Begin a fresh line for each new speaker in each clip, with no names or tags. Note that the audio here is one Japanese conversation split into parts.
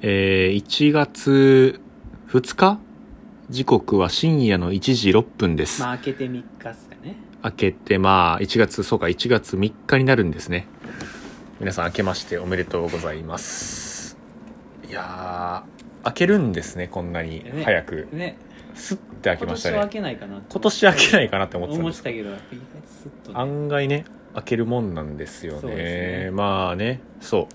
えー1月2日時刻は深夜の1時6分です。
まあ明けて3日っすかね
明けて、まあ、1月、そうか、1月3日になるんですね。皆さん、明けましておめでとうございます。いやー、明けるんですね、こんなに
ね
早く。
ね
スッて明け
今
まし
年
た
は明
ね。
けないかなって
今年明けないかなって思ってたん
思
で
っ
す
て
け
たけどやっぱ意外とスッと
ど、
ね、
案外ね、明けるもんなんですよ
そう
ね。
ですね
まあね、そ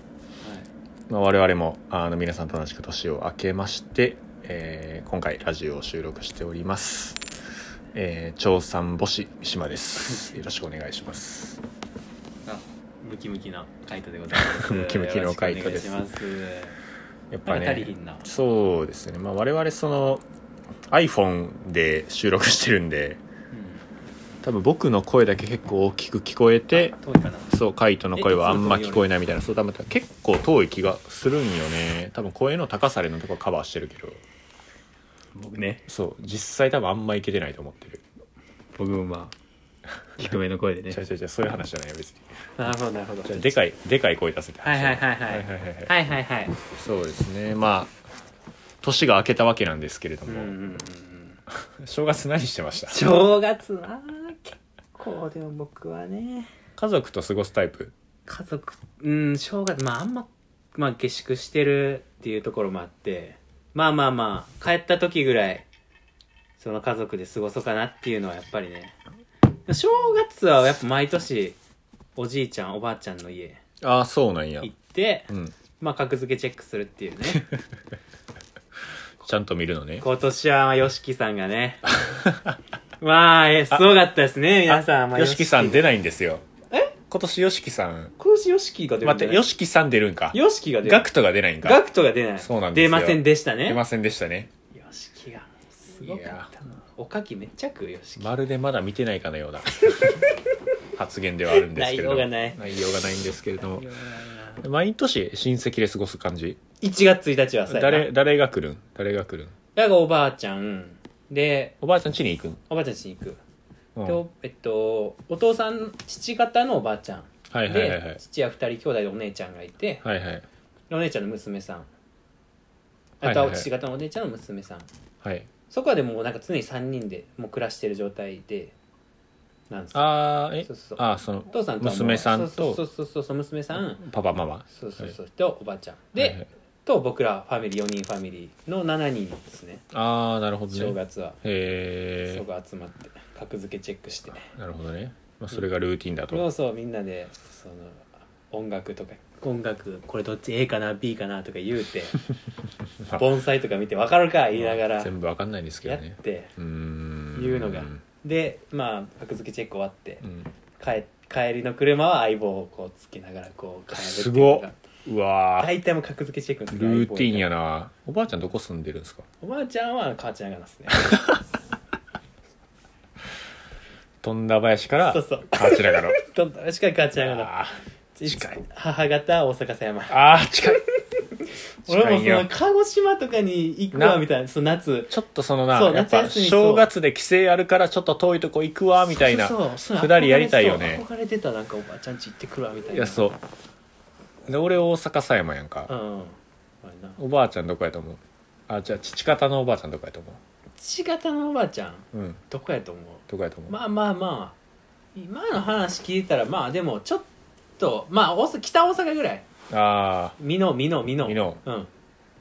う。まあ、我々もあの皆さんと同じく年を明けまして、えー今回ラジオを収録しております、えー、長さん母子三島ですよろしくお願いします
はい、あムキムキなカイトでございます
ムキムキのカイトです
よろしくお願いします
やっ
な
ぱ
んか足りひ
ね
んな、
そうですねまあ我々その iPhone で収録してるんで多分僕の声だけ結構大きく聞こえて
あ遠いかな
そうカイトの声はあんま聞こえないみたいなそう多分結構遠い気がするんよね多分声の高さでのとこカバーしてるけど
僕ね
そう実際多分あんまいけてないと思ってる
僕もまあ低めの声で
違う違う違うそういう話じゃないよ別に
なるほどなるほど
じゃあでかいでかい声出せって
はい
話
はいはいはい
はいはいはい
はいはいはい
そうですねまあ年が明けたわけなんですけれど
うん
も、
うんうんうん
正月何してました
正月なあ結構でも僕はね
家族と過ごすタイプ
家族うん正月まああんま、まあ、下宿してるっていうところもあってまあまあまあ帰った時ぐらいその家族で過ごそうかなっていうのはやっぱりね正月はやっぱ毎年おじいちゃんおばあちゃんの家
ああそうなんや
行って
うん
まあ格付けチェックするってい うね
ちゃんと見るのね
今年はまあ YOSHIKI さんがねまあえすごかったですね皆さんまあ
よしきさん
YOSHIKI
出ないんですよえ今年よしきさん
今年 YOSHIKI が出
待
るんじゃ
って
ない
よしきさん出るんか
YOSHIKI が出る
ガクトが出ないんか
ガクトが出ない
そうなんですよ
出ませんでしたね
出ませんでしたね
よしきがすごかったなおかきめっちゃ食うよしき
まるでまだ見てないかのよ うな発言ではあるんですけれども
内容がない
内容がないんですけれども毎年親戚で過ごす感じ
1月1日はさ
誰誰が来るん誰が来るん
だがおばあちゃんで
おばあちゃん家に行くん、
おばあちゃん家に行く、
うん
でおえっとお父さん父方のおばあちゃん
はい
で、
はいはいはい
父は2人兄弟でお姉ちゃんがいて
はいはい
お姉ちゃんの娘さん
は
あ
い
と
はいはい
は父方のお姉ちゃんの娘さん、
はい
そこはでもなんか常に3人でもう暮らしてる状態でなんですよ
ああえ
そうそうそう
ああその
お父さんとはもう
娘さんと
そうそうそうそうそう娘さん
パパママ
そうそうそう、とおばあちゃんで、
はいはい
と僕らファミリー4人ファミリーの7人ですね
ああなるほど
正
ね
月は
へ
そこ集まって格付けチェックして
えなるほどね、まあ、それがルーティンだと、
そうそうみんなでその音楽とか音楽これどっち A かな B かなとか言うて
まあ
盆栽とか見て分かるか言いながら
全部わかんないですけ
や
ど
っ
ね
て
うーん
いうのが
うん
でまあ格付けチェック終わって
うん
帰帰りの車は相棒をこうつけながらこう帰るって
す
いうの
ご
が
っうわー
大体もう格付けチェックの時は相棒
ルーティン
や
やなおばあちゃんどこ住んでるんですか
おばあちゃんは母ちゃんがなんですね
富田林から
そうそう
あちら から
どんどんしか母ちゃんがなん
あ近い
母方大阪狭山
ーあー近い
俺
近
も
い
そ
よ
の鹿児島とかに行くわ
な
みたいなその夏
ちょっとそのな
そう
やっぱ
夏休みそう
正月で帰省あるからちょっと遠いとこ行くわみたいな
そうそうそう
くだりやりたいよね
そう憧れてたなんかおばあちゃんち行ってくるわみたいない
やそうで俺大阪狭山やん
う
か、
んあれな
おばあちゃんどこやと思うあじゃあ父方のおばあちゃんどこやと思
父方のおばあちゃん
ううん
どこやと思う
どこやと思う、
まあまあまあ今の話聞いたらまあでもちょっとまあ大阪北大阪ぐらい
ああ
美濃美濃美濃
美濃
うん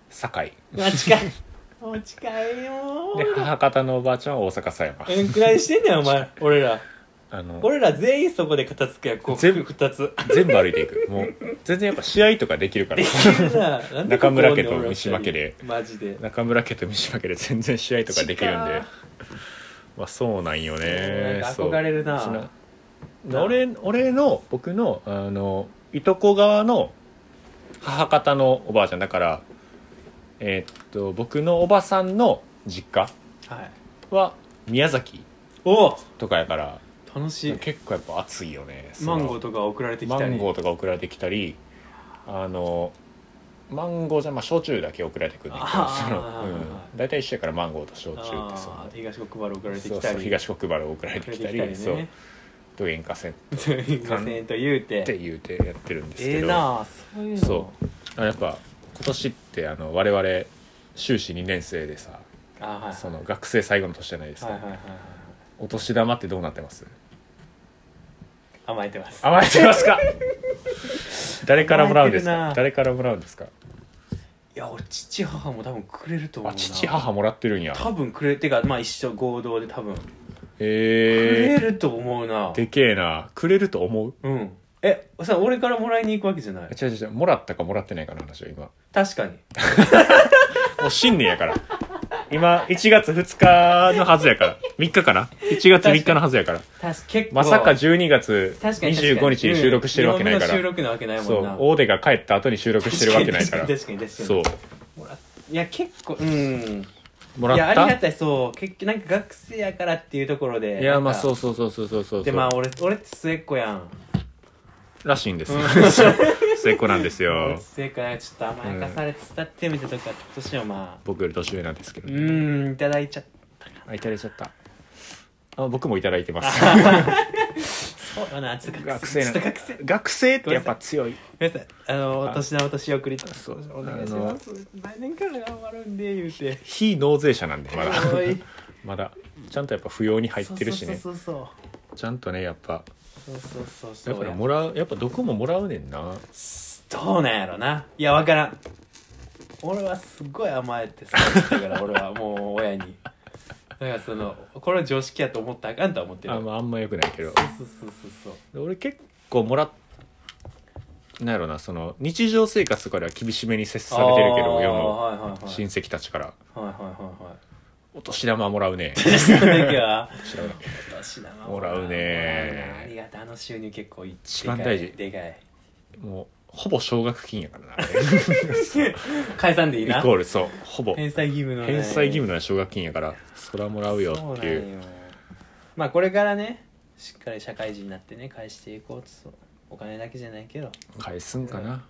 堺
まあ近いもう近いよ
で
ー
母方のおばあちゃんは大阪狭山
うんくらいしてんねんお前俺ら
あの
俺ら全員そこで片付けやこう
全部
2つ
全部歩いていくもう全然やっぱ試合とかできるから
できるななんでこ
中
こ
村家と
おんね
三
ん
島家で
俺ら二人マジで
中村家と三島家で全然試合とかできるんでまあそうなんよね
なんか
そう
憧れるな
その
な
俺俺の僕のあのいとこ側の母方のおばあちゃんだからえーっと僕のおばさんの実家
はい
は宮崎
お
とかやから
楽しい
結構やっぱ暑いよね
マンゴー
ー
とか送られてき
マ
たり
ンゴーとか送られてきたりあのマンゴーじゃまあ焼酎だけ送られてくるんだけど
あー
そ
はいはいはい
のうん大体一緒やからマンゴーと焼酎ってそ
あ
の
ー東国原送られて
そ
き
うそ
た
う
り
東国原送られてきたり
送
そ
ら
う
れて
と喧嘩せんっ
きたりね5000円と言うて
て言うてやってるんですけ
ええ
ど、
なあそういうの
そうあやっぱ今年ってあの我々修士2年生でさ
あはいはい
その学生最後の年じゃないです
は
か、
いはいはいはい
お年玉ってどうなってます
甘えてます
甘えてます か誰からもらうんです
甘
か
えてるな
誰からもらうんですか
いや俺父母も多分くれると思う
あ
な
父母もらってるんや
多分くれてかまあ一緒合同で多分く
へ
れ
え
ると思うな
でけえなくれると思う
うんえさ俺からもらいに行くわけじゃない
違う違う違うもらったかもらってないかの話よ今
確かに
もう新年や から今1月2日のはずやから3日かな1月3日のはずやから
確か結構
まさか12月
確かに確
25
かに
日に収録してるわけないか
うん日本
ら
の収録なわけない
そ
もん
う
な
大手が帰った後に収録してるわけないから
確かに確かに確かに
そう
もらいや結構うん
もらっ
いやありが
た
たいそう結局なんか学生やからっていうところで
いやまあそううそうそうそうそうそう
でまあ俺俺って末っ子やん
らしいんですよ
うん
末っ子なんです
俺っ
よ
て末っ子やからちょっと甘やかされてたってみたとか今年はまあ
僕より年上なんですけど
うーんいただいちゃっ
あいただいちゃったあ僕もいただいてます
たそうよなちょっと
学生
ち
な
ょっと学生
学生ってやっぱ強い
ごめんなさいあのお年玉お年送りと
そう
お願いします来年から頑張るんで言うて
非納税者なんでまだ
おい
まだちゃんとやっぱ扶養に入ってるしね
そうそう
ちゃんとねやっぱ
そうそうそうそ
だ
うそう
から
や
もらうやっぱ毒ももらうねんな
どうなんやろないやわからん俺はすごい甘えてさ だから俺はもう親にだからそのこれは常識やと思ったらあかんとは思ってる
あ,、まあ、あんまよくないけど
そうそうそうそう
俺結構もらっなんやろなその日常生活とかでは厳しめに接されてるけ
あー
ど世の
はいはいはい
親戚たちから
はいはいはいはい
「お年玉もらうね」
その時は
知らない
お年玉
もらうね
ありがたいあの収入結構いい
一番大事
でかい
もうほぼ奨学金やからなあれ
でかい解散でいい
イ
な
コールそうほぼ
返済義務のね
返済義務の奨学金やからそらもらうよ
そう
っ
なん
ていう
よまあこれからねしっかり社会人になってね返していこうとそうお金だけじゃないけど
返すんかな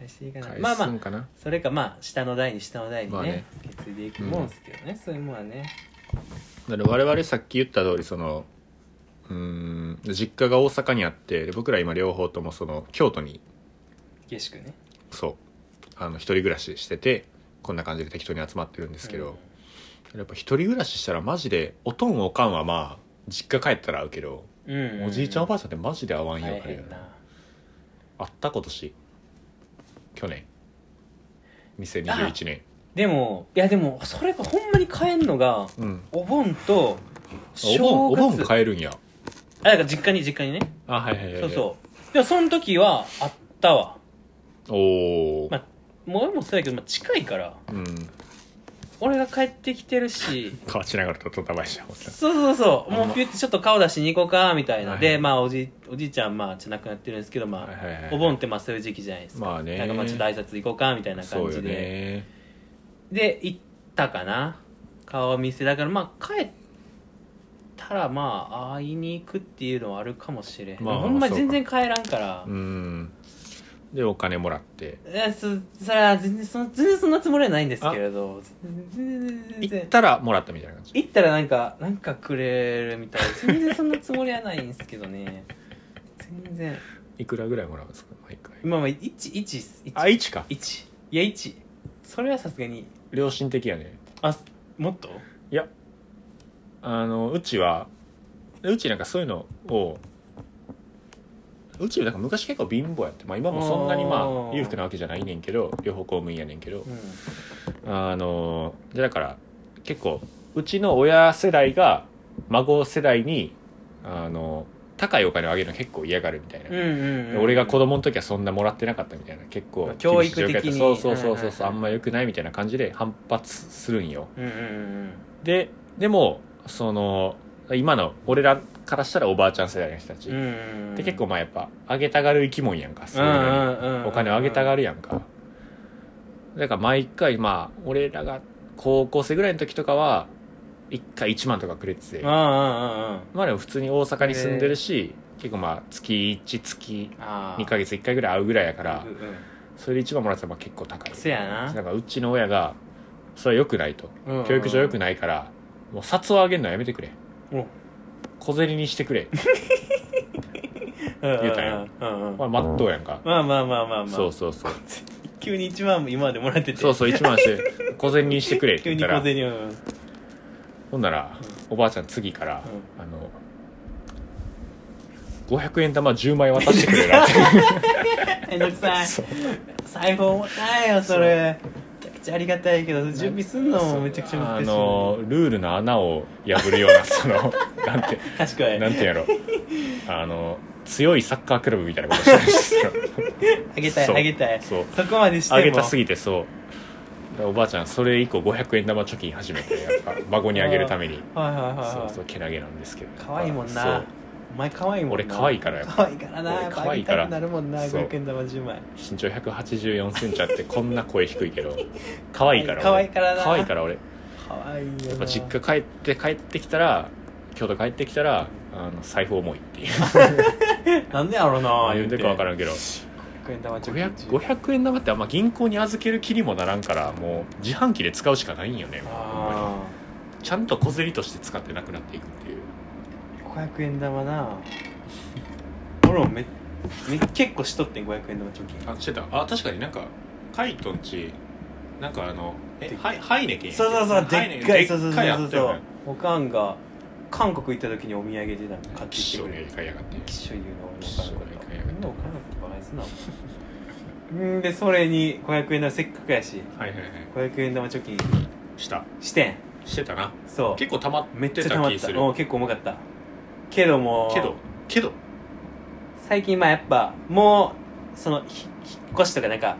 返していかない
返
まあますあ
んかな、
それかまあ下の代に下の代にね,、
まあね
受け継いでいくもんすけどね、そういうもんはね
だから我々さっき言った通りそのうーん実家が大阪にあってで僕ら今両方ともその京都に
下宿ね
そうあの一人暮らししててこんな感じで適当に集まってるんですけど、やっぱ一人暮らししたらマジでおとんおかんはまあ実家帰ったら会うけど、
うん、うん
おじいちゃんおばあ
あ
ちゃんってマジで会わんよ、
大
あれ
変な
会った今年去年2021年
でもいやでもそれがほんまに帰んのが
うん
お盆と
お
正月
盆お盆変えるんや
あだから実家に実家にね
あはいはいはい、
そうそうでもその時はあったわ
うおお、
まあもう俺もそうやけど、まあ、近いから
うん
俺が帰ってきて るし
変わちながらとったばいしな
そうそうそ
ほ
う
んま
もうピュってちょっと顔出しに行こうかみたいな
はいは
で
い
まあおじいおじいちゃんまあじゃなくなってるんですけどまあ、
はいはいはい
お盆ってまあそういう時期じゃないですか、
まあね
なんかまあちょっと挨拶行こうかみたいな
そ
感
うよ
じで、
ね
で行ったかな顔見せだからまあ帰ったらまあ会いに行くっていうのはあるかもしれん、
まあ
ほん
そ
ま
うか
全然帰らんから、
うんでお金もらって
えそそれは全然そ全然そんなつもりはないんですけれど全然全然全
行っ
然
たらもらったみたいな感じ
行ったらなんかなんかくれるみたいな全然そんなつもりはないんですけどね全然
いくらぐらいもらうんですか毎回
まあまあ1111
あ一か
1いや1それはさすがに
良心的やね
あもっと
いやあのうちはうちなんかそういうのをうちなんか昔結構貧乏やって、まあ、今もそんなに
あ
まあ
ー
裕福なわけじゃないねんけど両方公務員やねんけど
うん
あのじゃあだから結構うちの親世代が孫世代にあの高いお金をあげるの結構嫌がるみたいな、
うんうん、うん、
俺が子供の時はそんなもらってなかったみたいな結構厳しい
教育的に
状況やったそうそうそうそうそう、あ
はいはいはい
んま良くないみたいな感じで反発するんよ
うんうんうん
ででもその今の俺らからしたらおばあちゃん世代の人たち、
うんうんうん
で結構まあやっぱあげたがる生き物やんかそういうのにお金をあげたが
る
るやんかだから毎回まあ俺らが高校生ぐらいの時とかは1回1万とかくれてて
うんうんうんうん
まあでも普通に大阪に住んでるし結構まあ月1月
あ
2ヶ月1回ぐらい会うぐらいやか
から
それで1万もらってたらまあ結構高い
せやな
だからうちの親がそれは良くないと
うんうん
教育上良くないからもう札をあげるのはやめてくれ
お
小銭にしてくれ
言
うたんや
うんうん
まあまっとうやんか
まあまあまあまあまあ
そうそうそう
急に1万も今までもらってて
そうそう1万して小銭にしてくれって
急
言っ
に
た
小
ら
銭をうん
ほんならおばあちゃん次から、あの500円玉10枚渡してくれなって
めんどくさい
そう
財布重たいよそれめちゃくちゃありがたいけど準備すんのもめちゃくちゃ難しい
あのルールの穴を破るようなその なんて
賢い
なんていうんやろ あの強いサッカークラブみたいなことしてるんですよ
あげたい
そう
あげたいそ
そう
こまでしても
あげたすぎてそうおばあちゃんそれ以降500円玉貯金始めてやっぱ 孫にあげるために
はいはいはい
そ
は
う
い
そうけなげなんですけど
可愛いもん
そ
な
う
お前可愛いもん
俺
な
可愛いからやっぱ
可愛いからな
俺
やっぱ
可
あ
愛
げ
いから
たくなるもんな
そう
500円玉10枚
身長1 8 4ンチあってこんな声低いけ ど可愛いから俺
可愛いからな
可愛いから俺や
可愛いよな
っぱ実家帰って帰ってきたら京都帰ってきたらあの財布重いっていう
なんでやろうな
言うてか分からんけど
500円玉貯
500
金
500円玉ってあんま銀行に預ける気にもならんからもう自販機で使うしかないんよねほんま
あ
にちゃんと小銭として使ってなくなっていくっていう
あ500円玉な俺もめめ結構しとってん500円玉貯金
あしてたあ確かになんかカイトんちなんかあの
で
え
っ
ハイハイネケンやっけ
そうそうそう
ハイ
で
ネケ
っ
ン
かいそうそ
で
う
っ
そ
かいあ
う
った
そ
よ
う
ね
おかんが韓国行った時にお土産でなんか買ってき
き
て
っ
く
ょ
れ
に
る
買いやがって
きっしょ言うの俺のおかんのこ
きっし
と
ょ言うの
みんなおかんのことバカにすんなお前うんでそれに500円玉せっかくやし
はいはいはい
500円玉貯金
した
してん
してたな
そう
結構たまっ
めっちゃ
て
溜
た
まっ
気す
た
る
もう結構重かったけども
けどけど
最近まあやっぱもうそのひ引っ越しとかなんか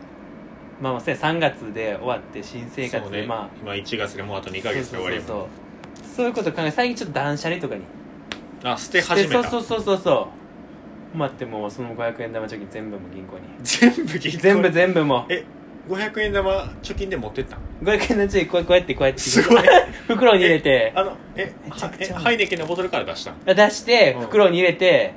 まあまあ3月で終わって新生活
そう
で、
ね
ま
今1月でもうあと2
あ
ヶ月で終わりやもん
そうそうそうそういうこと考え最近ちょっと断捨離とかに
あ捨て始め
で
た
そうそうそうそうそう待ってもうその500円玉貯金全部もう銀行に
全部銀行
全部全部も
え500円玉貯金で持ってった
う500円のうちこうこうやってこうやって
すごい
袋に入れて
あのえ
めちゃくちゃ
えハイネケンのボトルから出したん
出して
うん
袋に入れて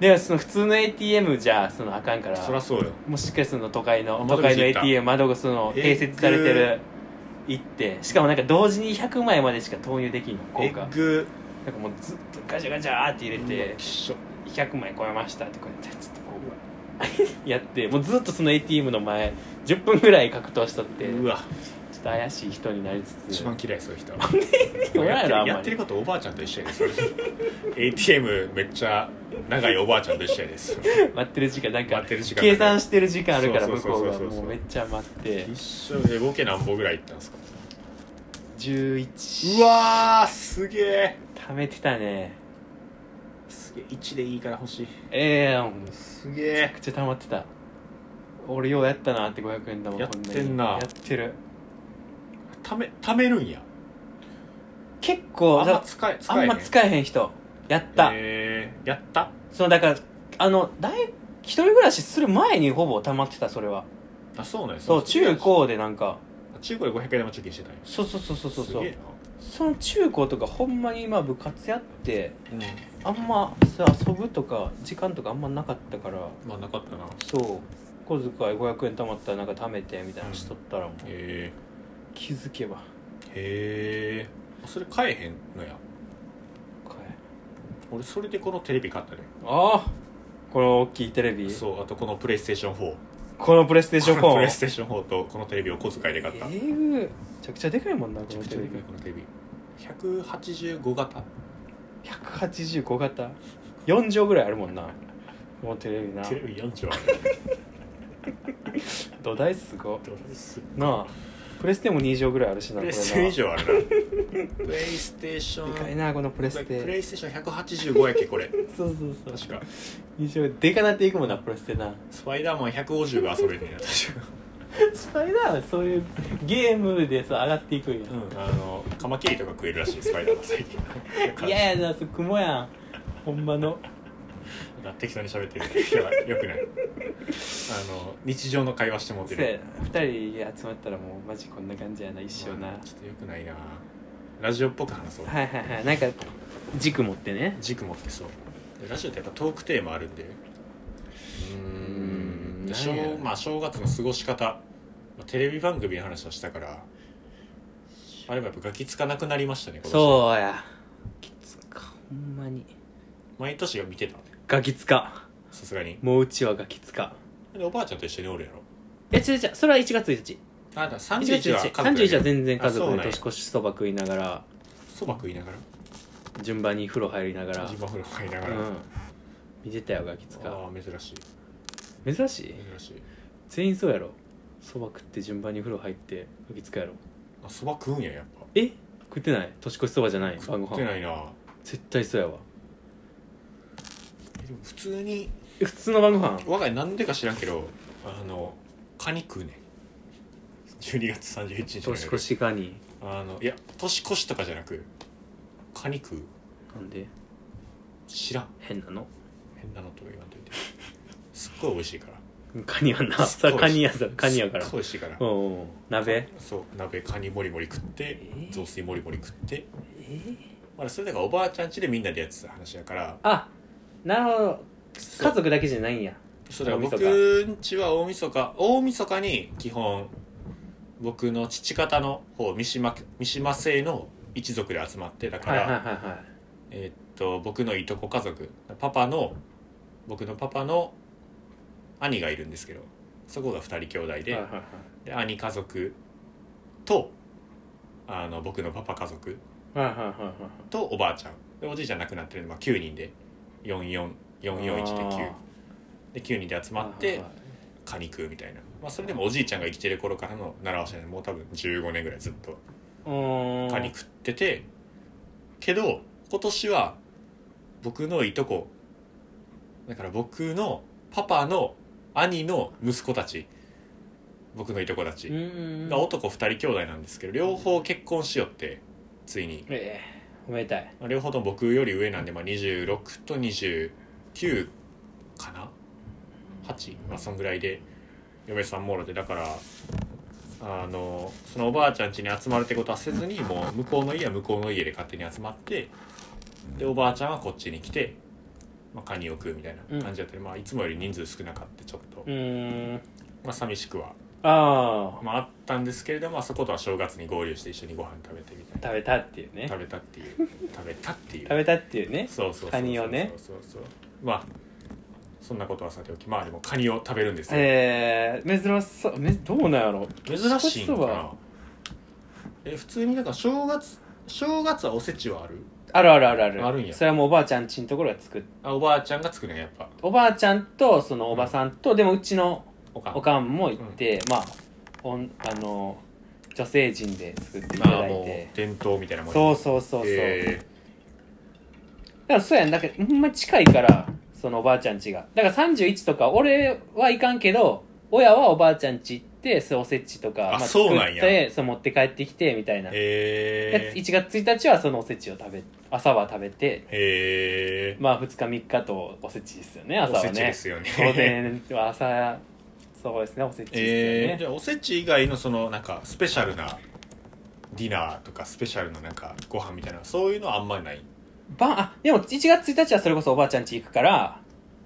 でその普通の ATM じゃそのあかんから
そりゃそうよ
もうしっかりその都会
あ
の
窓口
都会の
行った
ATM 窓がその
え
併設されてる行ってしかもなんか同時に100枚までしか投入できんの
エ
効果なん
ッ
か
グ
もうずっとガチャガチャーって入れて
きっしょ
100枚超えましたってこうやってちょっとこうやってもうずっとその ATM の前10分ぐらい格闘しとってちょ
う
っ
わ
と怪しい人になりつつ
一番嫌いそういう人
お
やっ
らんや
て
ろあ
る
んまり
やってることおばあちゃんと一緒やです ATM めっちゃ長いおばあちゃんと一緒やです
待ってる時間なんか
待ってる時間
計算してる時間あるから
そう
向
そうそ
こ
う
う
そう
が
そう
もうめっちゃ待って
一緒で合計何本ぐらい行ったんですか
11
うわーすげえ
貯めてたね
すげえ1でいいから欲しい
ええもう
すげ
めっちゃ溜まってた俺ようやったなって500円玉
やってんな
こんにやってる
ためためるんや
結構
あんま
だ
使え使えへ
あん
ん
ま使えへん人やった、
えーやった
そのだからあの大一人暮らしする前にほぼ溜まってたそれは
あそうなんや
そう中高でなんか
中古で500円玉貯金してたんや
そうそうそうそうそう
すげえ
その中高とかほんまに今部活やって
な
あんまさ遊ぶとか時間とかあんまなかったから
まあなかったな
そう小遣い500円貯まったらなんか貯めてみたいなのしとったらもう
へ
気づけば
えへえそれ買えへんのや
買え
俺それでこのテレビ買ったね
ああこの大きいテレビ
そうあとこのプレイステーション4
このプレイステーション
このプレイステ
4
ーション4とこのテレビを小遣いで買った
え
め
ぐーめちゃくちゃでかいもんなこ
ちゃ
の
くち
テ
ゃ
レ
で
ビ
かいこのテレビ185型
185型4畳ぐらいあるもんなこのテレビな
テレビ4兆 ある
土台すご
どれす
なあプレステも2畳ぐらいあるし
プ
なこ
レ
れ
ステ以
な
上 あるなプレイステーション
でかいなこのプレス
プ
テ
レイステーション185やっけこれ
そうそうそう
確か
2畳でかなっていくもんなプレステな
スパイダーマン150が遊べるね確か
スパイダーはそういうゲームでさ上がっていくんや
うんあのカマキリとか食えるらしいスパイダーマン最近
いやいやなそれ雲やんほんまの
な適当に喋ってるやばいよくないあの日常の会話してもうて
せ
る
やな2人集まったらもうマジこんな感じやな一生な、
まあちょっとよくないなラジオっぽく話そう
はいはいはいなんか軸持ってね
軸持ってそうでラジオってやっぱトークテーマあるんでうーん
うーん
でしょう
なんや
まあ、正月の過ごし方、まあテレビ番組の話をしたからあれもやっぱガキつかなくなりましたね今年
そうやきつかほんまに
毎年が見てた
ガキつか
さすがに
もううちはガキつか
でおばあちゃんと一緒におるやろ
え違う違うそれは1月1日
あ、だから
1月
31
1
は家族だ
日
け
31は全然家
あそ
族
う
で
なんや
年越しそば食いながら
そば食いながら
順番に風呂入りながら
地場風呂買いなが
う
ら、
ん見てたよガキ使
ああ珍しい
珍しい
珍しい
全員そうやろそば食って順番に風呂入ってガキ使やろ
あそば食うんややっ
え食ってない年越しそばじゃない
ぱ
晩
食
ご
って
飯
ないな
絶対そうやわ
えでも普通に
え普通の晩ご飯
我が家なんでか知らんけどあのカニ食うねん12月31日の夜
年越しガニ
あのいや年越しとかじゃなくカニ食う
なんで
知らん
変なの
変なのとか言わんといて すっごい美味しいから
カニやんな
すっごい
さカニやさカニやから
すっごい美味しいから
うんうんうん鍋
そう鍋カニもりもり食って
えー
雑炊もりもり食って
え
まあそれだからおばあちゃん家でみんなでやってた話やから
あなるほど
そう
家族だけじゃないんや
そうだから
大
僕んちは大晦日大晦日に基本僕の父方の方三島三島姓の一族で集まってだか
はい
ら、
はいはいはい
えーっと僕のいとこ家族パパの僕のパパの兄がいるんですけどそこが2人兄弟で,、
はいはいはい
で兄家族とあの僕のパパ家族
はいはいはいはい
とおばあちゃんでおじいちゃん亡くなってるのは9人で44441で9で9人で集まってカニ食うみたいな、まあ、それでもおじいちゃんが生きてる頃からの習わしなんでもう多分15年ぐらいずっとカ
カ
ニ食っててけど今年は僕のいとこだから僕のパパの兄の息子たち僕のいとこたちが男2人兄弟なんですけど両方結婚しよってついに
ええおめでたい
まあ両方とも僕より上なんで、まあ、26と29かな8、まあ、そんぐらいで嫁さんもろてだからあのそのおばあちゃん家に集まるってことはせずにもう向こうの家は向こうの家で勝手に集まってでおばあちゃんはこっちに来て、まあ、カニを食うみたいな感じだったり、まあ、いつもより人数少なかったちょっと、
うーん
まあ、寂しくは、
ああ
まあ、あったんですけれども、まあ、そことは正月に合流して一緒にご飯食べてみたいな
食べたっていうね
食べたっていう食べたっていう
食べたっていうね
そうそうそう
カニをね
そうそうそうまあそんなことはさておきまあでもカニを食べるんですよ、
ええ珍しそうめどうなんやろ
珍しいんか
少し
な
は
え普通になんか正月正月はおせちはある
あるあるあるある
あるんや
それはもうおばあちゃんちのところが作っ
あおばあちゃんが作るねやっぱ
おばあちゃんとそのおばさんと、でもうちの
おかん
おかんも行って、まあおんあの女性陣で作っていた
まあ
だい
も
て
う伝統みたいなもん
そううそうそうそう、
え
だからそうやんだけどほんま近いからそのおばあちゃんちがだから31とか俺はいかんけど親はおばあちゃんち行ってそうおせちとか
あ
まあ、
そうなんや
ってそう持って帰ってきてみたいな、
え
で1月1日はそのおせちを食べ朝は食べて
え
まあ2日3日とおせちですよね朝
お
は
せ
ね
ちですよね
当然朝そうですねおせちですよね、
えー、じゃあおせち以外のそのなんかスペシャルなディナーとかスペシャルななんかご飯みたいなそういうのはあんまりない、
ばあでも1月1日はそれこそおばあちゃん家行くから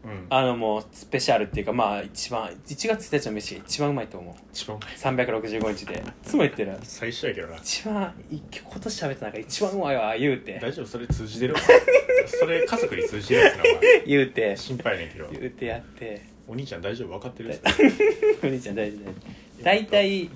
うん、
あのもうスペシャルっていうかまあ一番1月1日の飯が一番うまいと思う
一番うまい
365日でいつも言ってる
最初やけどな
一番い今年食べた中で一番うまいわ言うて
大丈夫それ通 じてるそれ家族に通じてるやつなお
言うて
前心配ねんけど
言うてやって
お兄ちゃん大丈夫分かってる
お兄ちゃん大事大事大体
うん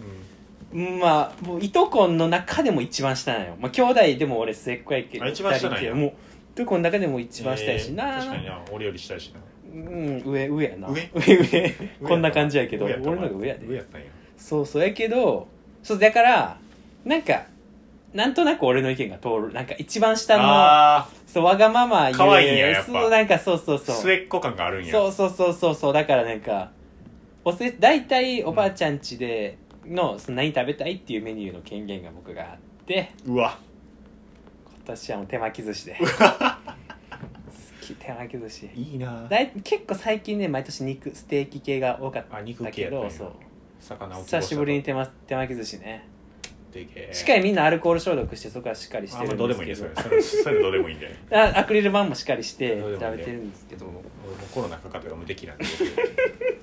まあもういとこの中でも一番下なんよまあ兄弟でも俺末っ子やけど
あ一番下なんや
二人ってもういとこの中でも一番下やし
えー
な、
確かにな俺より下やしな
うん上上やな
上
上上こんな感じやけど
上った
俺の方が上やで
上やったんや
そうそうやけどそうだからなんかなんとなく俺の意見が通るなんか一番下の
あ
そうわがまま言う
可愛いんややっぱ
そうなんかそうそう
ー
そう
末っ子感があるんや
そうそうそうそうそうだからなんかおせ大体おばあちゃん家でのその何食べたいっていうメニューの権限が僕があって
うわ
今年はもう手巻き寿 司で好き手巻き寿司
いいな
だい結構最近ね毎年肉ステーキ系が多かった
あ肉系
け
やったん
ど
や
そう
魚を
久しぶりに手ま手巻き寿司ね
でけえ
しっかりみんなアルコール消毒してそこはしっかりし
あ
て
んま
る
ど
ん
う
で
ですもいいね
けど
それそれそれどうでも いいんで
あアクリル板もしっかりして
どうでもいいんで
食べてるんですけど
俺もコロナかかってから無敵なん で僕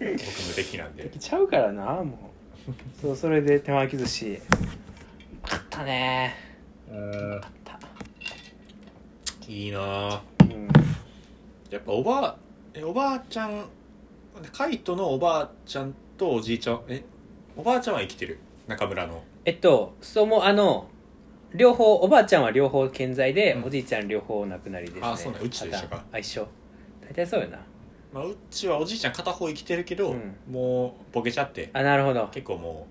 無敵なんで
ちゃうからなもうそうそれで手巻き寿司うまかったねうまかった
いいな
うん
やっぱおばあえおばあちゃんカイトのおばあちゃんとおじいちゃんえおばあちゃんは生きてる中村の
えっとそうもあの両方おばあちゃんは両方健在で、
うん
おじいちゃん両方お亡くなりですね
あそうなんうちと一緒か
パターンあ一緒大体そうよな
まあ、うちはおじいちゃん片方生きてるけど、
うん
もうボケちゃって
あなるほど
結構も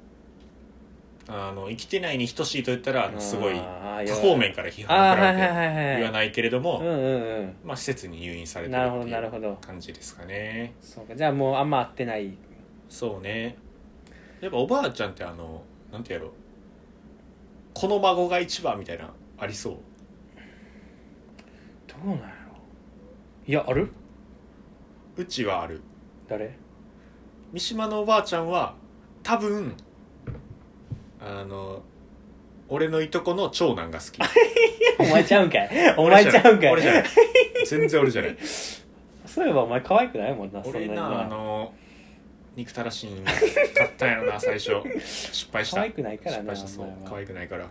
うあの生きてないに等しいと言ったらあのすごい
あー
多方面から批
あ
判を
ー
食
は
らう
い
と
はいはいはい
言わないけれども、
うんうん
まあ、施設に入院さ
う
れ
ん
て
な
る
るほど
って
なる
いう
ほど
感じですかね
そうかじゃあもうあんま会ってない
そうねやっぱおばあちゃんってあのなんてやろうこの孫が一番みたいなありそう
どうなんやろいやある
うちはある
誰
三島のおばあちゃんは多分あの俺のいとこの長男が好き
お前ちゃうんかい お前ちゃうんか
俺じゃない俺じゃな
い
い全然俺じゃない
そういえばお前可愛くないもん なそんな
俺
に
なあ
な
の憎たらしいん買ったんやろ な最初失敗した
可愛くないから
失
な
敗したそう
お前は
可愛くないから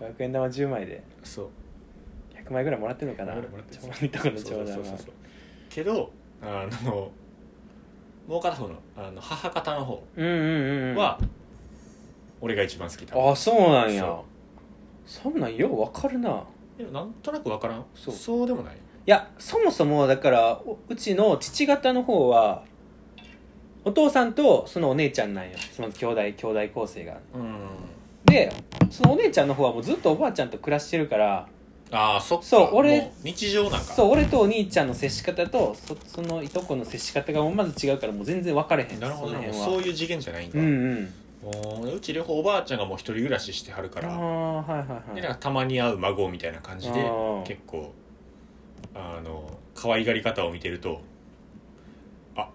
500円玉10枚で
そう
100枚ぐらいもらってるのかな
俺もらってる
ちょうどいいとこの
そう
長
そうそ
男
う
は
そうけどあのもう片方のあの母方の方
うんうんうんうん
は、俺が一番好きだ
あそうなんや
そ
そんなんようわかるな
でもなんとなくわからん
そう
そうでもない
いやそもそもだからおうちの父方の方はお父さんとそのお姉ちゃんなんよその兄弟兄弟構成が
うん
でそのお姉ちゃんの方はもうずっとおばあちゃんと暮らしてるから
ああそっか
そう俺
もう日常なんか
そう俺とお兄ちゃんの接し方とそそのいとこの接し方がまず違うからもう全然分かれへん
なるほど
その
なもう
辺は
そういう次元じゃないんだ、
うんうん
もううち両方おばあちゃんがもう一人暮らししてはるか
あ
ら、
あーはいはいはい
でなんかたまに会う孫みたいな感じで
あー
結構あの可愛がり方を見てるとあ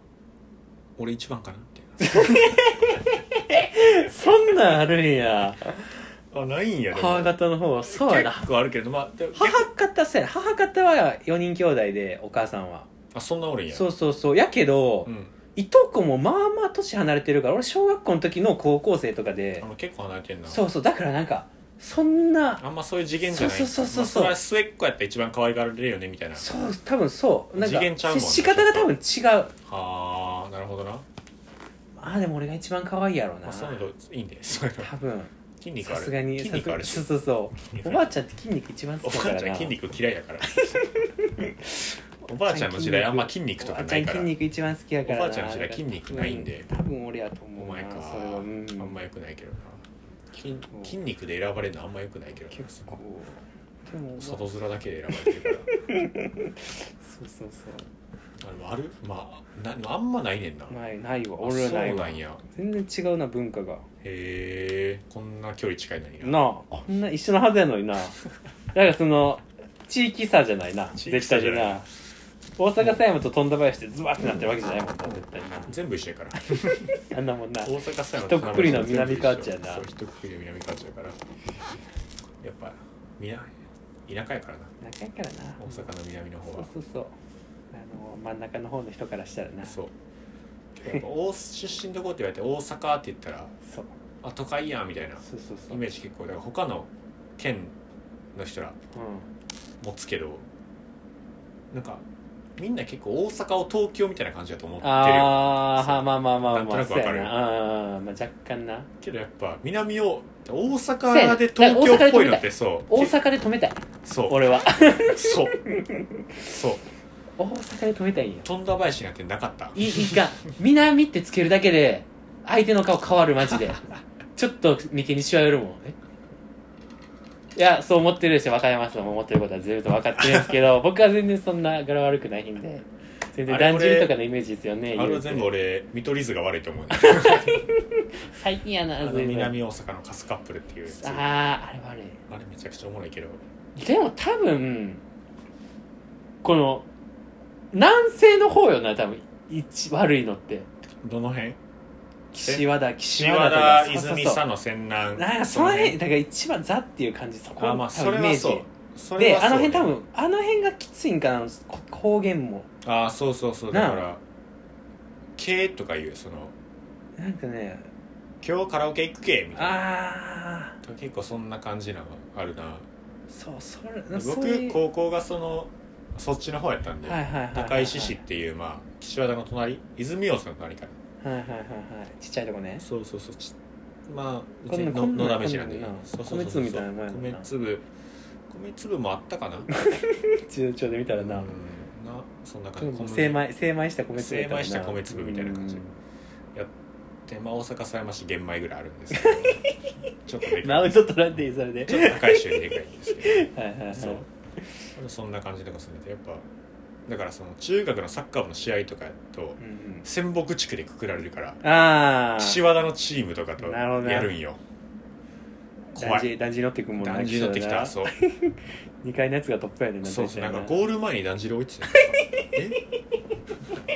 俺一番かな みたい
そんなんあるんや
なあないんやでも
母方の方はそうやな
結構あるけれどまあでも
母方そうやな母方は4人兄弟でお母さんは
あそんなおるんや
そうそうそうやけど、
うん、
いとこもまあまあ年離れてるから俺小学校の時の高校生とかで
あの結構離れてんな
そうそうだからなんかそんな
あんまそういう次元じゃない
そうそうそうそう
まあそれは末っ子やったら一番可愛がられるよねみたいな
そう多分そうなんか
次元ちゃうもん
接
な
し方が多分違う
はあなるほどな、ま
ああでも俺が一番可愛いやろうな
あ、そういうのいいんでそういうの
多分
筋肉あ
さ
る
すがに
筋肉あるし
さすそうそう
筋
そうお
肉
ば
あ
あ
る
ちゃんって筋肉一番
お
好きだか
ばあ
ら
ちゃ
なん
筋肉嫌いや からおばあちゃんの時代あんま筋肉
お
と
ばあ
か
ちゃ
なんいか
筋
ら
肉一番好きやからな
おばあちゃんの時代筋肉ないんで
う多分俺やと思
お
うな
前か
それはうん
あんまよくないけどな筋筋肉で選ばれるのあんまよくないけどな
結構でもそう
外面だけで選ばれてるか
そうそ
らあでもあるまあなあんまないねんな
うないないわ俺はない
そうな
わ
んや
全然違うな文化が
へえこんな距離近いのにな
なあこんな一緒なはずやの になだからその地域差じゃないな
地
絶
域差
対
じ
に
ゃない
な大阪狭山と富田林でズバッてなってるわけじゃないもんな絶対に
全部一緒やから
なあんなもんな
大阪さ
ひとくくりの南河内やな
そうひとくくりの南河内やからやっぱみな田舎やからな
仲いいからな
大阪の南の方
そう
は
そうそうあの真ん中の方の人からしたらなそ
そうやっぱ大出身どこって言われて大阪って言ったら
うそう
あ都会やんみたいな
そうそう
イメージ結構だから他の県の人ら
う
持つけどなんかみんな結構大阪を東京みたいな感じだと思っ
ん、
てるよ
あーはあまあまあまあ
なん
ま
と
あ
なくわかる
そうやなうんうんうんまあ若干な
けどやっぱ南を大
そうや
阪
ね
で東京っぽいのってそう
大阪で止めたい
そう
俺は
そうそう
大阪で止めたいんよ
富田林なんてなかった
いいいいか南ってつけるだけで相手の顔変わるマジでちょっと眉間にしわ寄るもんねいやそう思ってるし若山さんも思ってることは全部分かってるんです けど僕は全然そんな柄悪くないんで全然
あれ
だ
俺
んじりとかのイメージですよね
あれ
言
は
うて
全部俺見取り図が悪いと思うね
最近や
あ
な
の
随分
南大阪のカスカップルっていうやつあ
あああれ悪い
れめちゃくちゃおもろいけど
でも多分この南西の方よな多分一悪いのって
どの辺
岸和田岸
岸
和
和田
田とかそうそうそう
泉佐野泉南
なんかその辺だから一番ザっていう感じそこ
あまあ
多
そ
分
れ
イメー
は
ジ
そうそれ
で
はそ
あ
う
の辺多分あの辺がきついんかなこ方言も
ああそうそうそうだ
なあ
から「け」とかいうその
なんかね
「今日カラオケ行くけ」みたいな
ああ
結構そんな感じなのあるな
そうそれそう
僕
いう
高校がそのそっちの方やったんで
はいはいはいはいはい
高石市っていうまあ岸和田の隣泉大津の隣か
はいはいはいはいちっちゃいとこね
そうそうそうちまあ
こんな
別に
こんな
のだめじゃんで
こんなの
そうそうそうそう
米粒みたいなもんやもんな
米粒米粒もあったかな
中長で見たら
う
な、
んなそんな
ちょ
感
っと
じ
精米精米した米粒やったら
精米
な
した米粒みたいな感じ
うん
でまあ大阪狭山市玄米ぐらいあるんですけ どちょっとでかい
マウント取らんでいいそれで
ちょっと高い州にでかいんです けど
はいはいはい
そうそんな感じとかするんでやっぱだからその中学のサッカー部の試合とかやと
うんうん
仙北地区でくくられるから
ああ
岸和田のチームとかと
なるほどね
やるんよ
だ
怖
んじ
い
だんじ乗ってくもんな
だんじり乗ってきたそう
2階のやつがトップやねん
そうそうなんか
ー
ゴール前にだんじり置いてたよえ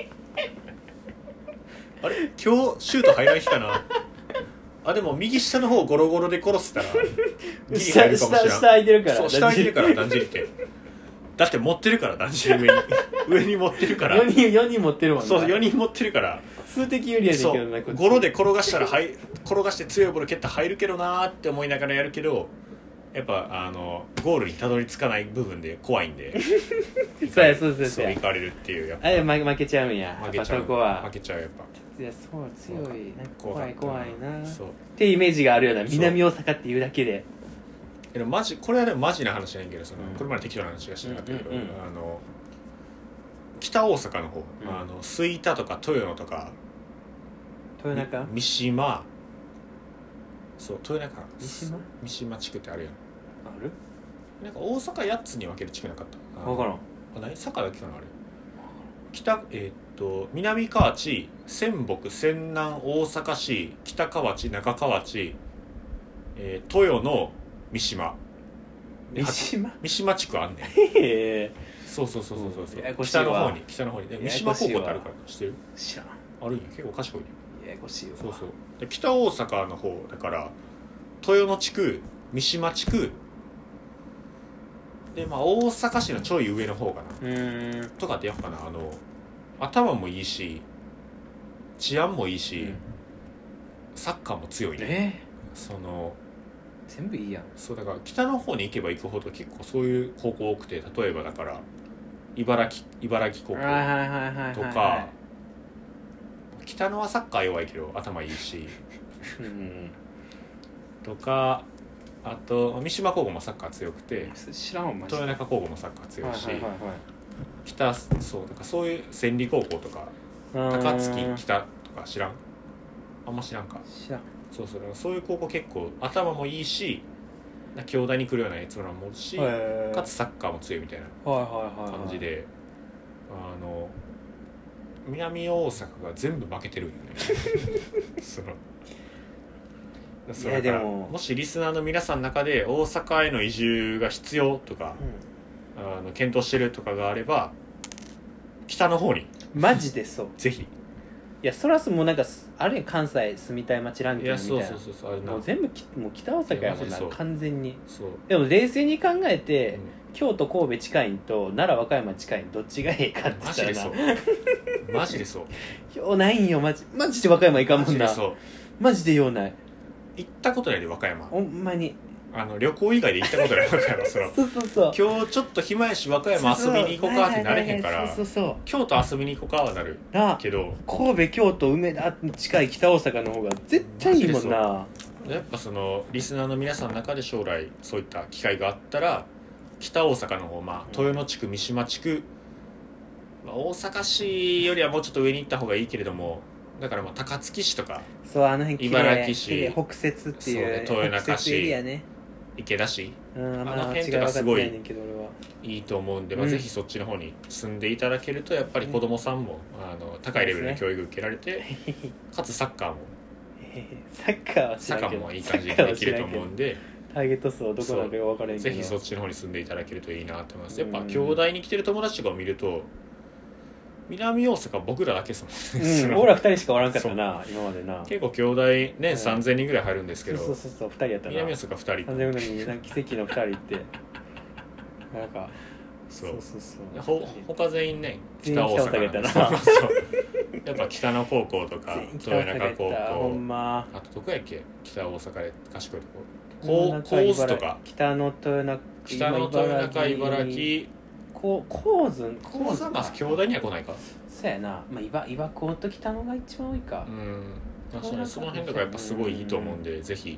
あれ今日シュート入らん日かなあでも右下の方ゴロゴロで殺せたらギリ入
下
るかもし
下
れ
下
ん
空いてるから
そう下空いてるからだんじりってだって持ってるからだんじり上に上 に持ってるから
4人四人持ってるもんな
そう4人持ってるから
数的有利やねん
そ
けどなこ
う
っち
ゴロで転がしたら入転がして強いボール蹴ったら入るけどなーって思いながらやるけどやっぱあのゴールにたどり着かない部分で怖いんで
そうやそうやそうや
行かれるっていうやっぱ
あれ負け負けちゃうんや
負けちゃう
やっぱそこは
負けちゃうやっぱ
いやそう強いなんか
かっ
怖
た
い怖いなっ
そう
てイメージがあるような
そう
南大阪っていうだけで
でもマジこれはでもマジな話じゃないけどその、
うん
これまで適当な話がしてなかったけど、
うんうんうん
あの北大阪の方、
うん
あの吹田とか豊野とか
豊中
み三島そう豊中
三島
三島地区ってあるやん
ある
なんか大阪8つに分ける地区なかったあの
分からん
あ何坂だっけかなあれ北えーっと南河内仙北仙南大阪市北河内中河内、えー豊野三島で
三島
三島地区あんねん
へえ
そうそうそうそうそうそう
ややこしい
北
わ
の方に北の方にで三島高校ってあるから知ってる
知らん
あるんよ結構賢いよ
ややこしいわ
そうそうで北大阪の方だから豊野地区三島地区でまあ大阪市のちょい上の方かな
うーん
とかってやっぱなあの頭もいいし治安もいいし、
うん
サッカーも強いね
え
その
全部いいやん
そうだから北の方に行けば行くほど結構そういう高校多くて例えばだから茨城茨城高
はいはい
校
はいはいはい
とか、北のはサッカー弱いけど頭いい し
うんうん
とかあと三島高校もサッカー強くて
うん知らんわマジで
豊中高校もサッカー強いし、
はいはいはい
北そうだからそういう千里高校とか
はい
高
うー
槻
ん
北とか知らんあんま知らんか
知らん
そうそうだからそういう高校結構頭もいいしな兄弟に来るようなやつらもおるし、
へー
かつサッカーも強いみたいな
はいはいはいはい
感じで、あの南大阪が全部負けてるん よねそのそうだか
で
ら
も
もしリスナーの皆さんの中で大阪への移住が必要とか、あの検討してるとかがあれば北の方に
うんマジでそう
ぜひ
いやそらすもうなんかすあるやん関西住みたい街ランキン
い
グ
や
みたい
そう
な
そうそうそうあれな
もう全部きもう北大阪やもん
いやマジで
な
そう
完全に
そう、
でも冷静に考え
う
て、
ん
京都神戸近いんと奈良和歌山近いんどっちがええかって言
マ
った
ジ
ら
で
な
そうマジで そう
ようないんよマジマジで和歌山いかん
マ
もん
ジで
な
そう
マジでようない
行ったことないで和歌山
ほんまに
あの旅行以外で行ったことない和歌山その
そうそうそう
今日ちょっと暇やし和歌山遊びに行こうかってなれへんか
はい
ら
はいはいはいそうそうそ
京都遊びに行こうかはなる
うなあ
けど
神戸京都梅田近い北大阪の方が絶対いいもんな
やっぱそのリスナーの皆さんの中で将来そういった機会があったら北大阪の方まあ豊野地区三島地区、まあ、大阪市よりはもうちょっと上に行った方がいいけれどもだからまあ高槻市とか
そうあの辺綺麗
茨城市
綺麗北摂って
そう
いう
ね豊中市
北摂エリアね
池田市
うんあん
あの
ま
辺
違い
と
分
か
かって
すごい
ないねんけど俺はい
いと思うんで、まあ
うん
ぜひそっちの方に住んでいただけるとやっぱり子供さんも、あの高いレベルの教育受けられ て、かつサッカーも
えーサッカーは知
サ
らん
ッカ
け
ー
ど
もいい感じにできると思うんで
ターゲット層どこなんか分からへん
ぜ
けど
ひそっちの方に住んでいただけるといいなと思います
う
やっ
ん
ぱ兄弟に来てる友達とかを見ると南大阪僕らだけですもんね、
うん、オーラ2人しかおらんかったな今までな
結構兄弟ね、3000人ぐらい入るんですけ
そう
ど
そうそうそう2人やったな
南大阪2人
完全なのになんか奇跡の2人ってなんか
そう
そうそうそう
ほ他全員ね
全
北大
員北大
阪
阪
なんで
やった
そ
な
うそうやっぱ北野高校とか
全員北
豊
大阪
中高
やったほ
校
んま
あとどこやっけ北大阪で賢いとこ
豊
こう
中
神津とか
茨城北の豊中
北の豊中茨
城
城
こう高津高
高
津
山まあ兄弟には来ないか
そうやな、まあ、いばいばこうと北野が一番多いか、
うんまあそのその辺とかやっぱすごいいいと思うんでぜひ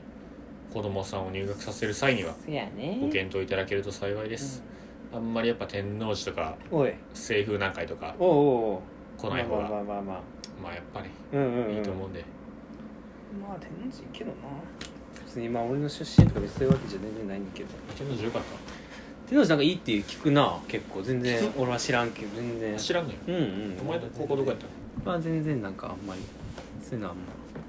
子供さんを入学させる際には
そうやね
ご検討いただけると幸いです、あんまりやっぱ天王寺とか
うんおい
西風南海とか
おうおうおう
来ない方
まあ
が
まあまあまあ、ま
まあやっぱり
あ、うんうん、うん、
いいと思うんで
まあ天王寺いいけどな別にまあ俺の出身とか別にそういうわけじゃ全然ないんだけど
天王寺よかった
天王寺なんかいいっていう聞くな結構全然俺は知らんけど全然
知らんのよ
うんうん
お前の高校どこやったの
まあ全然なんかあんまりそういうのはあんま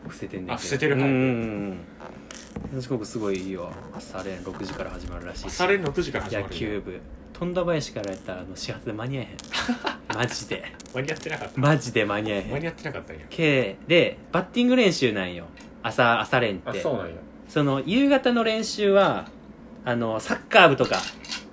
伏せてんねんけど
あ伏せてる
うん
は
う
い
んうんうん四国すごいいいよ朝練6時から始まるらしいし
朝練6時から始まる
野球部富田林からやったらあの始発で間に合えへん マジで
間に合ってなかった
マジで間に合えへ
間
ん
に合ってなかったんや
けでバッティング練習なんよ朝朝練って
うなんや
その夕方の練習はあのサッカー部とか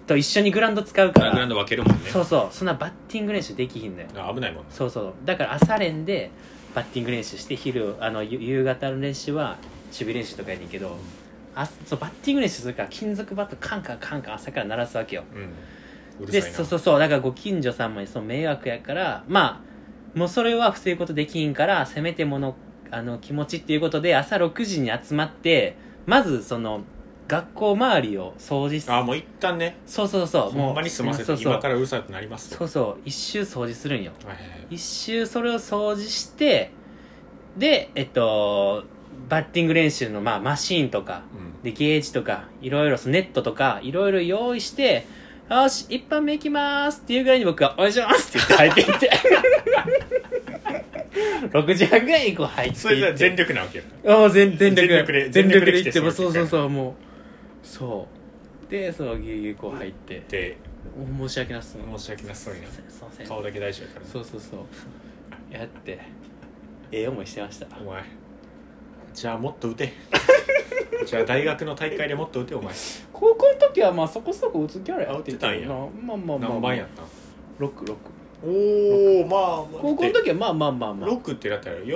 と一緒にグラウンド使う
グ
から
ラウンド分けるもんね
そうそうそんなバッティング練習できひんのよ
あ危ないもんね
そうそうだから朝練でバッティング練習して昼あのゆ夕方の練習は守備練習とかやねんけど、あそうバッティング練習するから金属バットカンカンカンカン朝から鳴らすわけよ
うんうる
で
さいな
そうそうそうだからご近所様にその迷惑やからまあもうそれは防ぐことできんからせめてものあの気持ちっていうことで朝6時に集まってまずその学校周りを掃除す
あもう一旦ね
そうそうそう
ほんまに済ませて
そうそう
今からうるさくなります
そうそう一周掃除するんよ
はいはいはい
一周それを掃除してでえっとバッティング練習の、まあ、マシーンとか
うん
でゲージとかいろいろそのネットとかいろいろ用意して「よし一般目行きます」っていうぐらいに僕は「お願いします」って言って入ってい って6時半ぐらいにこう入っていって
それじゃ全力なわけや
ああ全全力
全力で全
全力で
力で来
行
て
っても
そう
そ
やっ
う
て
そうそうもうそうでそのぎゅうぎゅうこう入って
で
申し訳なす
申し訳なさそうにな
すいません
顔だけ大事やからね
そうそうそうやってええ思いしてました
お前じゃあもっと打 てじゃあ大学の大会でもっと打てお前
高校の時はまあそこそこ打つキャラやってたけど
あ
なまあまあまあ、まあ、
何番やったん
66
おおまあ
高校の時はまあまあまあまあ
6ってなったら4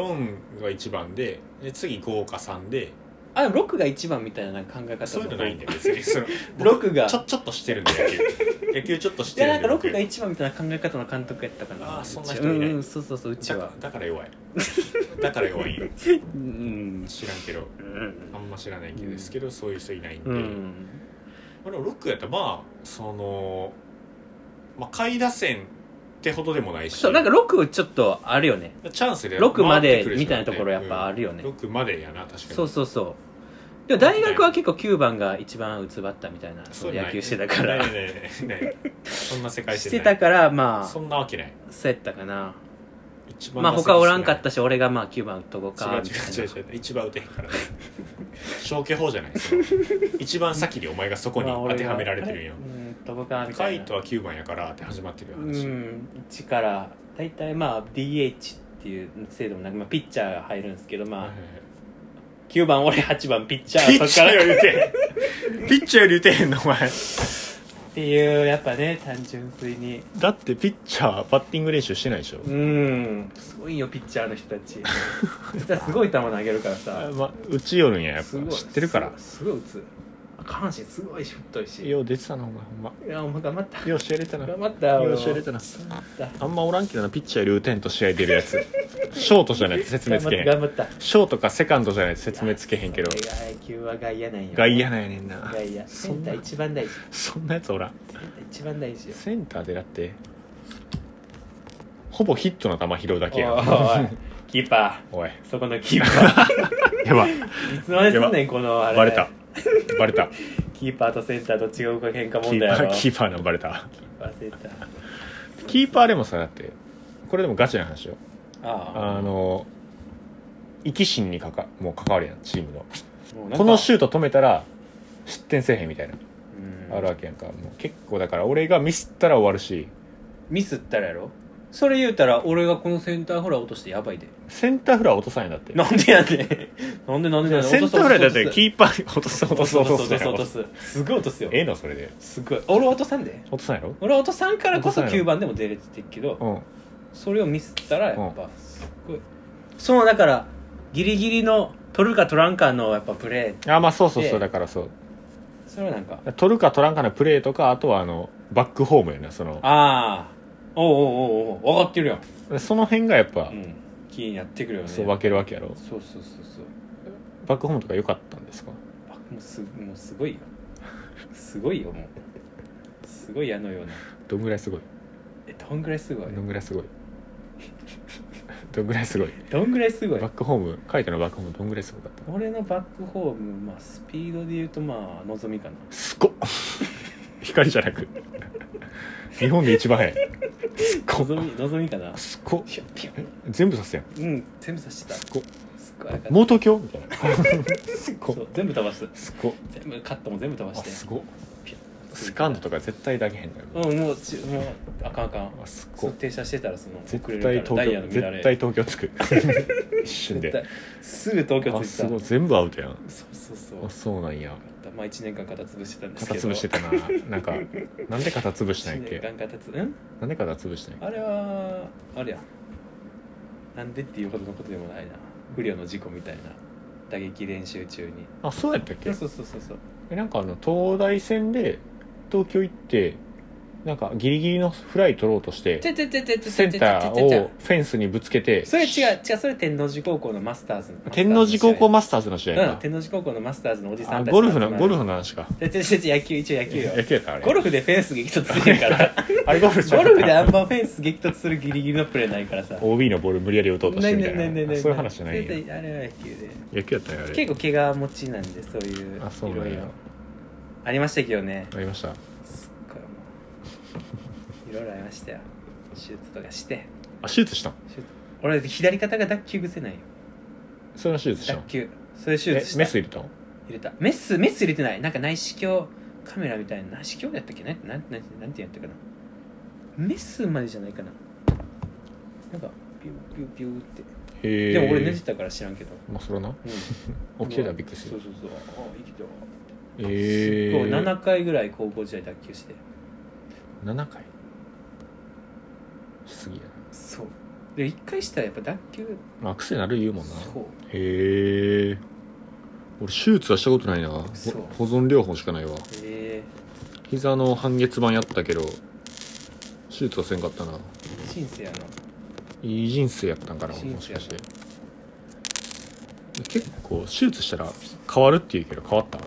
が1番でで次5か3で
あでも6が一番みたいな考え方
そういうのないん
だ
で別に その
6が
ちょちょっとしてるんで野球野球ちょっとし
い
て
や
る
なんん
で僕
か6が一番みたいな考え方の監督やったかな
あーそんな人いない
うんうんそうそうそううち
だ
は
だから 弱いだから弱いよ
うん
知らんけどあんま知らないけどですけど、そういう人いないんで、
うん、
まあでも6やったらまあその、まあ、下位打線ってほどでもないし
そうなんか6ちょっとあるよね
チャンスで
6ま
回って
で
くるし
みたいなところやっぱあるよね、
6までやな確かに
そうそうそうでも大学は結構9番が一番打つバッターみたいな
そう
野球してたから
ないないないないないそんな世界
し
してて
た
ない
からまあ
そんなわけない
そうやったかな
一番
まあ
打席
他おらんかっ
した
し俺がまあ9番打っとこうか
ない違う
みたいな
違う違う違う一番打てへんからね消去法じゃないその 一番先にお前がそこに
まあ
当
俺
て
が
はめられてるんよ
うんどこかみた
カ
い
イ
な
トは9番やからって始まってるよ
う
話
ん1から大体まあ DH っていう制度もなく、まあ、ピッチャーが入るんですけどまあ9番俺8番ピッチャ
ピ
ー
ッチャーより打て へんピッチャーより打てへんのお前
っていうやっぱね単純粋に
だってピッチャーバッティング練習してないでしょ
うんすごいよピッチャーの人た ち実はすごい球投げるからさ
まあ打ち寄るんややっ
すご
ぱ
い
知ってるから
すすごい打つ下半身すごい太いし
よう出てたなお前ほんま
いやお前頑張った
よう試合出たな
頑張った俺
よ
も
う試合出たな
頑張った
あんまおらんけどなピッチャーより打てんと試合出るやつショートじゃないと説明つけへん
頑張った
ショートかセカンドじゃないと説明つけへんけど
俺が野球は外野なんよ
外野なんやねんな
外野セ
そん
ンタ
な
ー一番大事
そんなやつおらん
センター一番大事よ
センターでだってほぼヒットの球拾うだけや
おいおいキーパ
おい
ーそこのキーパ
やばい
ーいつまですんねんこのあれ
バレたバレた
キーパーとセンターどっちが動くか喧
キ
嘩問
ーパ
題やろ
ーキーパーのバレた
キーパーセンター
キーパーでもさだってこれでもガチな話よ
あ
あの生き心にかかもう関わるやんチームの
あもうなんか
このシュート止めたら失点せえへんみたいな
うん
あるわけやんかもう結構だから俺がミスったら終わるし
ミスったらやろそれ言うたら俺がこのセンターフライ落としてやばいで
センターフライ落とさんやんだって
なんでやねんなんでなんでなんで
センターフライだって
ー
キーパー落とす落とす落とす
落
落
とす落と
と
す落とすすごい落とすよ
ええのそれです
ごい俺落とさんで
落とさんやろ
俺は落とさんからこそ
落とさんやろ
9番でも出れててるけど
うん
それをミスったらやっぱすっごいそのだからギリギリの取るか取らんかのやっぱプレー
あまあそうそうそう
で
だからそう
それはなんか
取るか取らんかのプレーとかあとはあのバックホームやなその
ああおうおうおうおう分かってるやん、
その辺がやっぱ、
うん、気になってくるよね
そう分けるわけやろ
そうそうそうそう
バックホームとか良かったんですか
あもうすもうすごいよすごいよもうすごい矢のような
どんぐらいすごい
えどんぐらいすごい
どんぐらいすごい どんぐらいすごい
どんぐらいすごい
バックホーム書いてのバックホームどんぐらいすごかった
俺のバックホーム、まあ、スピードで言うとまあ望みかな
すごっ 光じゃなく日本で一番速いすっごっ
望み望みかな
すごっ
ピョンピョン
全部刺すやん
うん全部刺してた
すごっ
すっごい赤
もう東京みたいな すごっ
そう全部飛ばす
すごっ
全部カットも全部飛ば
あ
して
すごっスカンドとか絶対だけへんのよ、
うんもうちもうあかんあかん
あすっ
そ
ご
う
っ
停車してたらその
絶
遅れ
対
るから
東
ダイヤ
京
の乱れ
絶対東京着く一瞬
絶
で
対すぐ東京
あ
着
すご
い
い
た
全部アウトやん
そうそうそう
あそうなんや
まあ1年間肩潰してたんです
肩
けど
潰してたななんかなんで肩潰したんやっ
1年
け
間肩つうん
なんで肩潰したんやっ
あれはあれやなんでっていうほどのことでもないな不良の事故みたいな打撃練習中に
けあそうやったっけ
そうそうそうそう
えなんかあの東大戦で東京行ってなんかギリギリのフライ取ろうとして
ててててて
センターをフェンスにぶつけて
それ違う違うそれ天王寺高校のマスターズ
天王寺高校
マ
マスターズの試合
ス
や
ターズの試合
な
うん天王寺高校のマスターズのおじさ
あ
んたち
ゴルフの
集まる
ゴルフの話か
てててて野球一応野球よ
野球やったあれ
ゴルフでフェンス激突する から
あれゴルフじゃ
ゴ
なかっ
ルフ
た
であんまフェンス激突するギリギリのプレーない からさ
OB のボール無理やり打とうとし
な
て
い
み
な
た
いない
い
ない
な
ない
そういう話じゃないんや
絶対あれは野球で
野球やったんやあれ
結構怪我持ちなんでそういう
あそう
い
な
ろ
ん
い
や
ろありましたけどね
ありました
すっごいもういろいろありましたよ手術とかして
あ手術したん
手術俺左肩が脱臼癖ないよ
それの手術した
脱
ん
臼それ手
え
術した
メス入れたん
入れたメスメス入れてないなんか内視鏡カメラみたいな内視鏡だったっけなんなんなんなんてやったかなメスまでじゃないかななんかピューピューピューって
へえ
でも俺寝てたから知らんけど、
まあそれな
う ん
起きてたらびっくりす
そう
る
そうそうああ生きてる
へえ
すっごい7回ぐらい高校時代脱臼して
7回しすぎや
そうで1回したらやっぱ脱臼
なあ癖なる言うもんな
そう
へえ俺手術はしたことないなほ
そう
保存療法しかないわ
へえ
膝の半月板やったけど手術はせんかったな
人生やない
い人生やったんかな
人生やな
もしかして結構手術したら変わるっていうけど変わった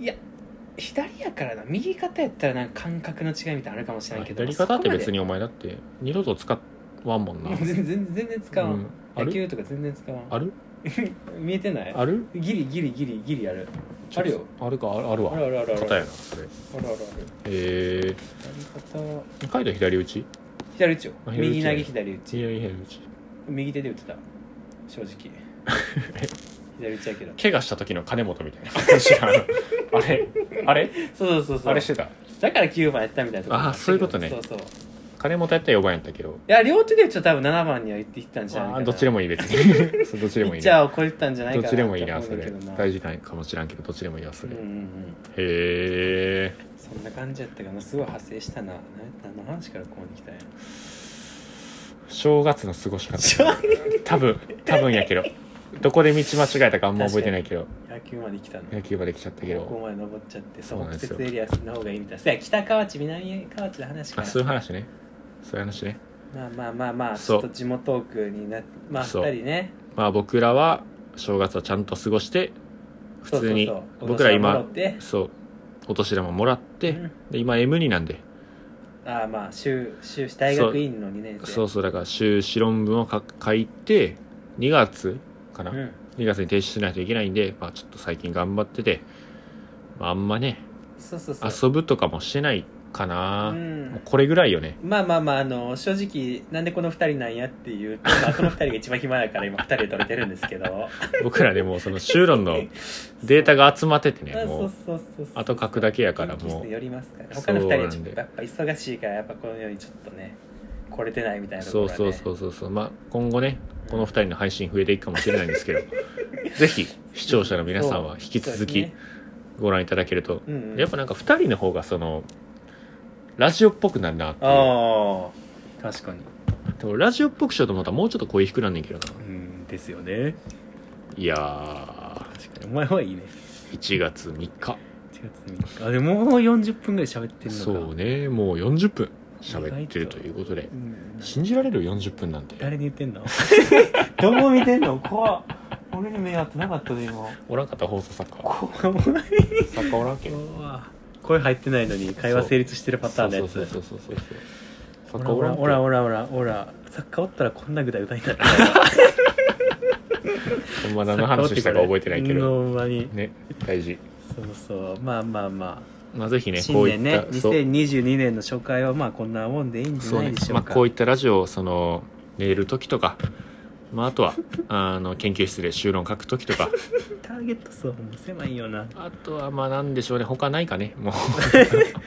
いや左やからな右肩やったらなんか感覚の違いみたいなのあるかもしれんけど
左肩って別
に
にお前だって二度と使わんもんな
全然全然 使わん、
うんあ
野
る
球とか全然使わん
ある
見えてない
ある
ギリギリギリギリあるあるよ
あるかあるある
ある
わ
あるあるある
肩
あ
や
る
なそれ
あるある
え
左肩
え海人左打ち
左打ちよ
あ左打ち
右投げ左打ち
左左打ち
右手で打ってた正直 左打ちやけど
怪我した時の金本み たいな感じなあれあれ
そうそうそうそう
あれしてた
だから9番やったみたいなところ
あーそういうことね
そうそうい
金本やったら4番やったけど
や両手で打つと多分7番には行っていったんじゃない
あ
か
ー
な
どっちでもいい別 にそうどっち
ピ
でもい
ッ
い
チャ
な
ーを超えてたんじゃない
ど
か
っち
な
でもいいなそ
と思
れ
うけどな
大事なんかもしらんけどどっちでもいいわそ
うん
れ、へ
うんうん
え
そんな感じやったかなすごい派生したなな何の話からここに来たん や
正月の過ごし方
正
多分多分やけどどこで道間違えたかあんま覚えてないけど
野球まで来たの
野球場で来ちゃったけ
高校
ど
まで登っちゃって
そ
そうう
なんで
季
すよ
節エリアの方がいいみたいなそや北河内南河内の話か
あ
ら
そういう話ねそういう話ね
まあまあまあまあち
そ
ょ
う
っと地元区になまあ
そう
二人ね
まあ僕らは正月はちゃんと過ごして普通に
そうそうそう
僕ら今
お年玉もらって
そうお年玉もらって、
うん
で今 M2 なんで
ああまあ修修士大学院の2年生
そうそうだから修士論文をか書いて2月かな、
うん
2月に提出しないといけないんで、まあ、ちょっと最近頑張ってて、まあ、あんまね
そうそうそ
遊
う
ぶとかもしてないかな、
うん
もうこれぐらいよね
まあまあまああの正直なんでこの2人なんやっていう、まあ、この2人が一番暇だから今2人 で撮れてるんですけど
僕らでもうその修論のデータが集まっててね
あ
も
そ
う
うそうそうそう
あと書くだけやから
元気っ
も
すね
う
寄りますから
そう
他の2人は
な
ち
ん
ょっ
で
とやっぱ忙しいからやっぱこのようにちょっとね来れてないみたいなとこ
そう
ろは、ね、
そうそうそうそうまあ今後ねこの2人の配信増えていくかもしれないんですけ どぜひ視聴者の皆さんは引き続きご覧いただけると
そうですねうんうん、
やっぱなんか2人の方がそのラジオっぽくなるなっていう
ああ確かに
でもラジオっぽくしようと思ったらもうちょっと声低くなんねんけどな
うんですよね
いや
確かにお前はいいね
ー1月3日
1月3日あでももう40分ぐらい喋ってるのか
そうねもう40分喋ってるということで
うん
信じられる40分なんて
誰に言ってんのどこ見てんの怖っ俺に目合ってなかったで今
おらんかった放送作 家
怖い
作家おらんけん
声入ってないのに会話成立してるパターンのや
そう
つ
そうそう そうそう作家
ほ
おら
ら
んけん
ほらほらほらほらサッカーおったらこんなぐだぐだになる
ほんま何の話したか覚えてないけど
ほんまに
ね大事
そうそうまあまあま
まあぜひ
あ
ねこ
新
うい
年ね
ったそう
2022年の初回はまあこんなもんでいいんじ
そ
ゃ
う
ない
ね
でしょ
ま
う
あ
か
こういったラジオをその寝る時とかまああとはあの研究室で修論書く時とか
ターゲット層も狭いよな
あとはまあなんでしょうね他ないかね もう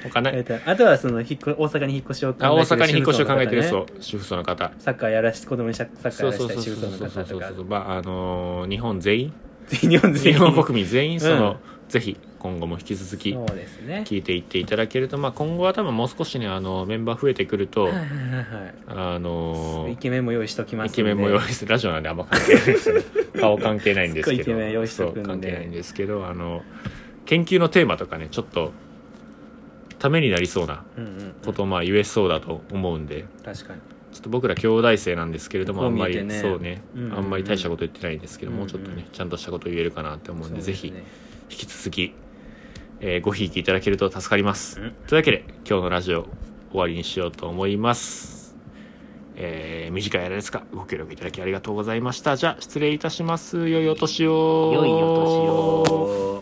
他な
えっ
い
とあとはその引っ越大阪に引っ越しを考えて
あ
る
大阪に引っ越しを考えてる
主婦層の方ね
そう主婦層の方
サッカーやらし子供にサッカー
そ
や
う
ら
そう
した
そ
いう仕
そう
事の
そうそ
方
うそ
と
う
か
そうまああのー日本全員
日本全
日
員
本国民全員その、
うん
ぜひ今後も引き続き
そうですね
聞いていっていただけると、まあ、今後は多分もう少しねあのメンバー増えてくると、
はいはいはいはい
あの
イケメンも用意しときます
イ
んで
ケメンも用意するラジオなんであんま関係ないですよね顔関係ないんですけど
すっごいイケメン用意しとくんで
そう関係ないんですけどあの研究のテーマとかねちょっとためになりそうな
うんうん
ことをまあ言えそうだと思うんで
確かに
ちょっと僕ら兄弟生なんですけれどもあ
こうん見
ま
えて
り
ね
そうね
うんうん
あんまり大したこと言ってないんですけど
うんうん
もうちょっとねちゃんとしたこと言えるかなって思うんで
そう
ぜ
です
ひ
ね
引き続きえーごひいきいただけると助かります
うん
というわけで今日のラジオ終わりにしようと思いますえー短い間ですがご協力いただきありがとうございましたじゃあ失礼いたします良いお年を
良いお年を